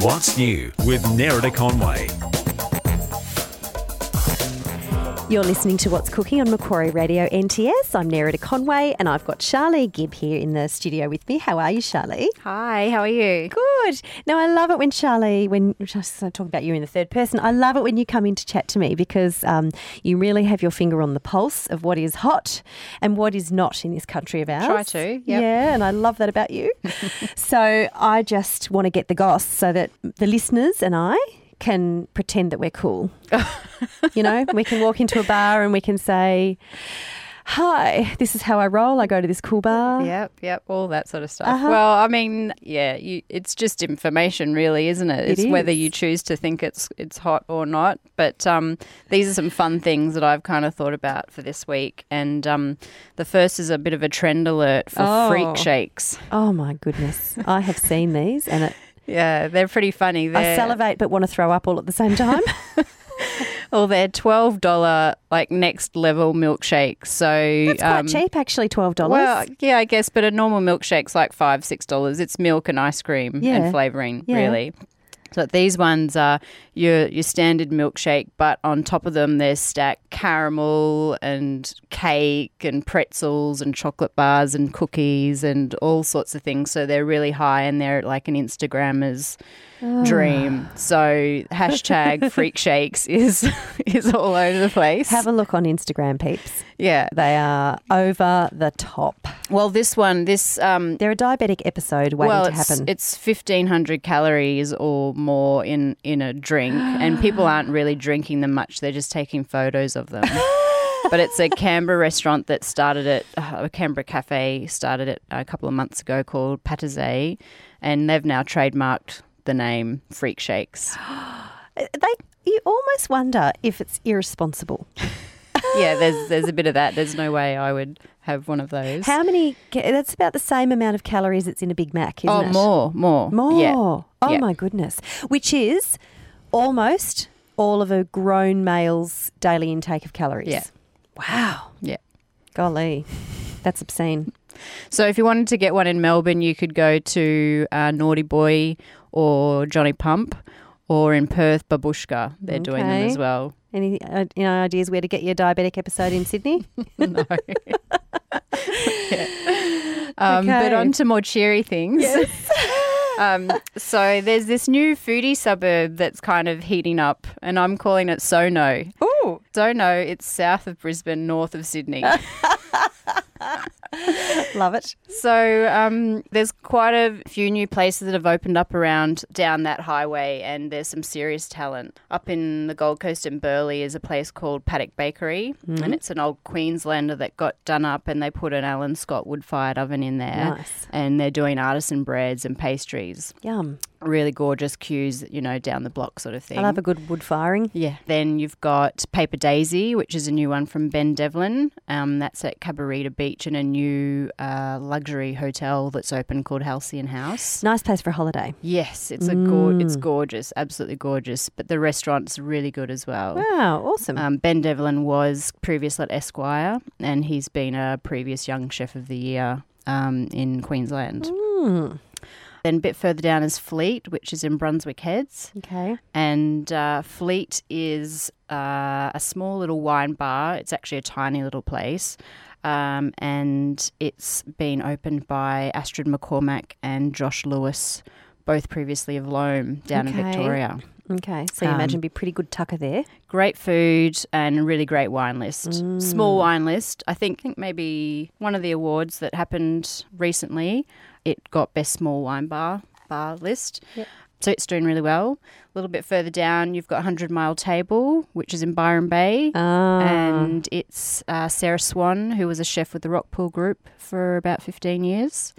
What's New with Nerida Conway. You're listening to What's Cooking on Macquarie Radio NTS. I'm Nerida Conway and I've got Charlie Gibb here in the studio with me. How are you, Charlie? Hi, how are you? Good. Now, I love it when Charlie, when I talk about you in the third person, I love it when you come in to chat to me because um, you really have your finger on the pulse of what is hot and what is not in this country of ours. Try to, yep. Yeah, and I love that about you. so I just want to get the goss so that the listeners and I can pretend that we're cool. you know, we can walk into a bar and we can say, Hi, this is how I roll. I go to this cool bar. Yep, yep, all that sort of stuff. Uh, Uh-huh. Well, I mean, yeah, you, it's just information, really, isn't it? It It's whether is. you choose to think it's it's hot or not. But um, these are some fun things that I've kind of thought about for this week, and um, the first is a bit of a trend alert for Oh. freak shakes. Oh my goodness. I have seen these and it, Yeah, they're pretty funny. I They're- salivate but want to throw up all at the same time. Well, they're twelve dollar like next level milkshakes. So It's quite um, cheap, actually, $12. Well, yeah, I guess, but a normal milkshake's like five, six dollars. It's milk and ice cream Yeah. and flavoring, Yeah. really. So these ones are your your standard milkshake, but on top of them there's stacked caramel and cake and pretzels and chocolate bars and cookies and all sorts of things. So they're really high and they're like an Instagrammer's Ah. dream. So hashtag freak shakes is is all over the place. have a look on Instagram, peeps. yeah. They are over the top. Well, this one, this um, They're a diabetic episode waiting well, to it's, happen. it's fifteen hundred calories or more in in a drink, and people aren't really drinking them much. They're just taking photos of them. but it's a Canberra restaurant that started it. uh, A Canberra cafe started it a couple of months ago called Pataze, and they've now trademarked the name Freak Shakes. Uh, they, you almost wonder if it's irresponsible. yeah, there's there's a bit of that. There's no way I would have one of those. How many? ca- That's about the same amount of calories that's in a Big Mac, isn't oh, it? more, more, More. Yeah. Oh Yeah. my goodness. Which is almost all of a grown male's daily intake of calories. Yeah. Wow. Yeah. Golly. That's obscene. So if you wanted to get one in Melbourne, you could go to uh, Naughty Boy or Johnny Pump, or in Perth, Babushka. They're doing them Okay. as well. Any uh, you know, ideas where to get your diabetic episode in Sydney? No. Yeah. um, But Okay. on to more cheery things. um, so there's this new foodie suburb that's kind of heating up, and I'm calling it Sono. Ooh. Sono, it's south of Brisbane, north of Sydney. Oh, Love it. So um, there's quite a few new places that have opened up around down that highway, and there's some serious talent. Up in the Gold Coast in Burleigh is a place called Paddock Bakery, Mm-hmm. and it's an old Queenslander that got done up, and they put an Alan Scott wood-fired oven in there, Nice. and they're doing artisan breads and pastries, Yum. really gorgeous queues, you know, down the block sort of thing. I love a good wood firing. Yeah. Then you've got Paper Daisy, which is a new one from Ben Devlin. Um, that's at Cabarita Beach in a new uh, luxury hotel that's open called Halcyon House. Nice place for a holiday. Yes, it's a gor it's gorgeous, absolutely gorgeous. But the restaurant's really good as well. Wow, awesome. Um, ben Devlin was previously at Esquire, and he's been a previous Young Chef of the Year um, in Queensland. Mm. Then a bit further down is Fleet, which is in Brunswick Heads. okay. And uh, Fleet is uh, a small little wine bar. It's actually a tiny little place. Um, and it's been opened by Astrid McCormack and Josh Lewis, both previously of Loam down Okay. in Victoria. Okay. So you Um, imagine it'd be pretty good tucker there. Great food and really great wine list. Small wine list. I think, think maybe one of the awards that happened recently, it got best small wine bar bar list. So it's doing really well. A little bit further down, you've got 100 Mile Table, which is in Byron Bay. Ah. And it's uh, Sarah Swan, who was a chef with the Rockpool Group for about 15 years.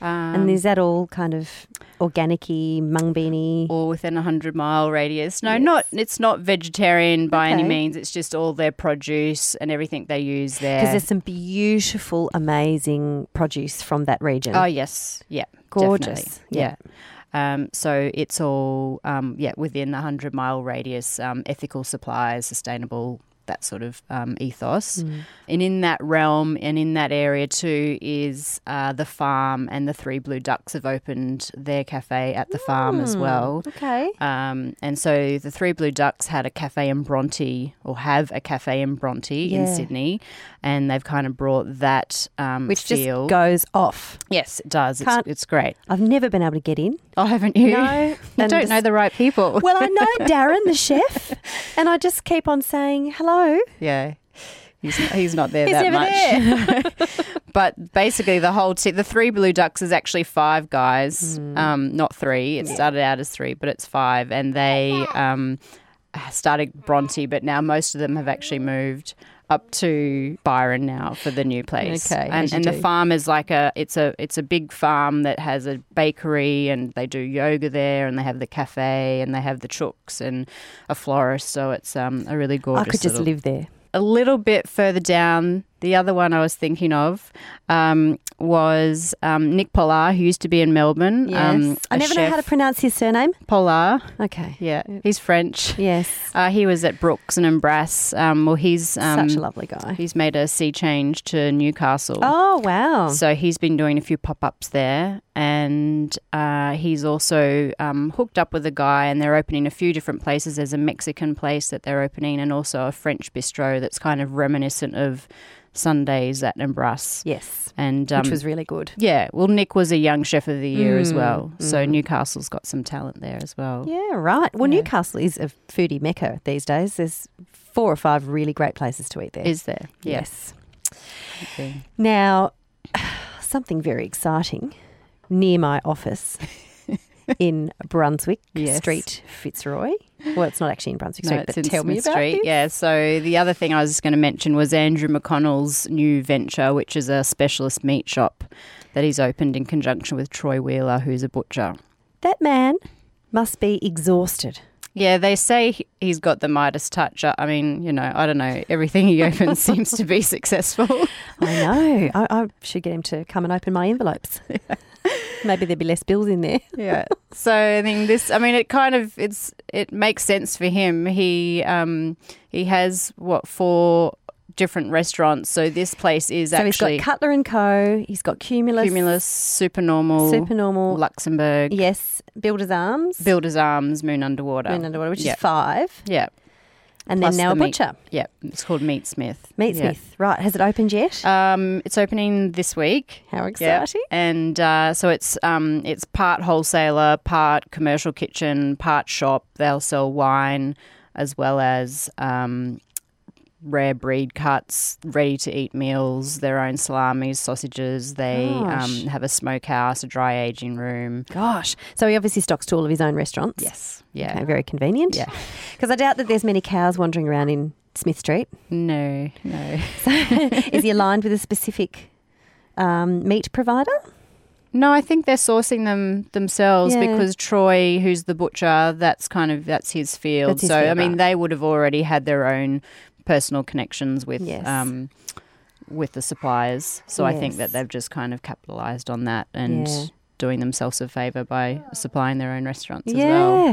Um, and is that all kind of organic-y, mung beany? Or within a hundred mile radius. No, not it's not vegetarian by any Okay. means. It's just all their produce and everything they use Because there. there's some beautiful, amazing produce from that region. Oh yes, yeah, Gorgeous, definitely. yeah. yeah. Um, so it's all um, yeah within a hundred mile radius, um, ethical supplies, sustainable. that sort of um, ethos. Mm. And in that realm and in that area too is uh, the farm, and the Three Blue Ducks have opened their cafe at the farm Hmm. as well. Okay. Um, and so the Three Blue Ducks had a cafe in Bronte, or have a cafe in Bronte Yeah. in Sydney, and they've kind of brought that um, Which just feel. goes off. yes, it does. It's, Can't- it's great. I've never been able to get in. Oh, haven't you? No, you and don't know just- the right people. Well, I know Darren, the chef, and I just keep on saying hello. yeah. He's not, he's not there He's that never much. but basically, the whole team, the three blue ducks is actually five guys, Hmm. um, not three. It started out as three, but it's five, and they um, started Bronte, but now most of them have actually moved up to Byron now for the new place. Okay, as and, you and the do. farm is like a it's a it's a big farm that has a bakery, and they do yoga there, and they have the cafe, and they have the chooks and a florist. So it's um, a really gorgeous. I could just little- live there. a little bit further down, the other one I was thinking of um, was um, Nick Polar, who used to be in Melbourne. um, I a never know how to chef. pronounce his surname. Polar. Okay. Yeah, he's French. Yes. Uh, he was at Brooks and Brass. Um, well, he's um, Such a lovely guy. he's made a sea change to Newcastle. Oh wow. So he's been doing a few pop ups there, and uh, he's also um, hooked up with a guy, and they're opening a few different places. There's a Mexican place that they're opening, and also a French bistro that's kind of reminiscent of Sundays at Embras. yes. And um, which was Mm, really good. yeah, well, Nick was a young chef of the year as well, so mm-hmm. Newcastle's got some talent there as well. Yeah, right. Well, Newcastle is a foodie mecca these days. There's four or five really great places to eat there. Is there? Yeah. Yes. Okay. Now, something very exciting near my office in Brunswick Yes. Street, Fitzroy. Well, it's not actually in Brunswick No, Street, but it's in tell me Smith about Street. this. Yeah. So the other thing I was just going to mention was Andrew McConnell's new venture, which is a specialist meat shop that he's opened in conjunction with Troy Wheeler, who's a butcher. That man must be exhausted. Yeah, they say he- he's got the Midas touch. I I mean, you know, I don't know. Everything he opens seems to be successful. I know. I, I should get him to come and open my envelopes. Maybe there'd be less bills in there. yeah. So I think this. I mean, it kind of it's it makes sense for him. He um he has what four different restaurants. So this place is so actually he's got Cutler and Co. He's got Cumulus, Cumulus, Supernormal, Supernormal, Luxembourg, yes, Builder's Arms, Builder's Arms, Moon Underwater. Moon Underwater, which Yeah. is five, Yeah, and Plus then now the a meat- butcher. yeah. It's called Meat Smith. Meat Yeah. Smith, right? Has it opened yet? Um, it's opening this week. How Yeah. exciting! And uh, so it's um, it's part wholesaler, part commercial kitchen, part shop. They'll sell wine as well as um, rare breed cuts, ready to eat meals, their own salamis, sausages. They Gosh. um, have a smokehouse, a dry aging room. Gosh, so he obviously stocks to all of his own restaurants. Yes. Yeah. Okay, very convenient. Yeah. because I doubt that there's many cows wandering around in Smith Street. No. No. Is he aligned with a specific um, meat provider? No, I think they're sourcing them themselves Yeah. because Troy, who's the butcher, that's kind of that's his field. That's his so I field, mean, right. they would have already had their own personal connections with Yes. um, with the suppliers. So I think Yes. that they've just kind of capitalized on that and Yeah. doing themselves a favor by supplying their own restaurants yeah,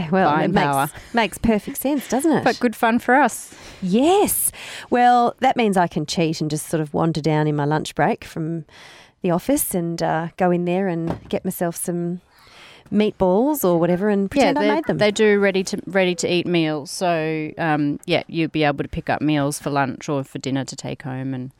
as well. it Buying power. makes, makes perfect sense, doesn't it? But good fun for us. Yes. Well, that means I can cheat and just sort of wander down in my lunch break from the office and uh, go in there and get myself some meatballs or whatever and pretend they, I made them. they do ready to ready to eat meals. So um, yeah, you'll be able to pick up meals for lunch or for dinner to take home and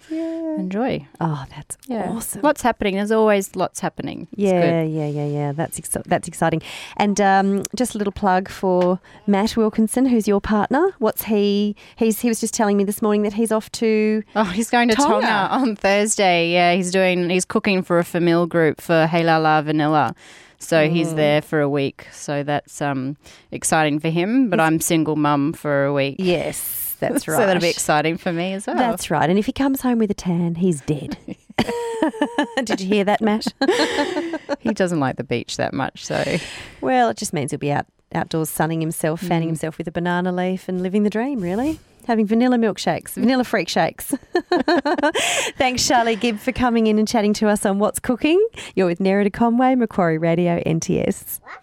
enjoy. oh, that's Yeah. awesome. Lots happening. There's always lots happening. It's Yeah, good. yeah, yeah, yeah. That's ex- that's exciting. And um, just a little plug for Matt Wilkinson, who's your partner. What's he? He's he was just telling me this morning that he's off to. Oh, he's going to Tonga. Tonga. on Thursday. Yeah, he's doing. He's cooking for a famil group for Hey La La Vanilla. So Mm. he's there for a week. So that's um exciting for him. But I'm single mum for a week. Yes, that's right. Oh. So that'll be exciting for me as well. That's right. And if he comes home with a tan, he's dead. Did you hear that, Matt? he doesn't like the beach that much. So Well, it just means he'll be out outdoors sunning himself, fanning himself with a banana leaf and living the dream, really. Having vanilla milkshakes, vanilla freak shakes. Thanks, Charlie Gibb, for coming in and chatting to us on What's Cooking. You're with Nerida Conway, Macquarie Radio, NTS.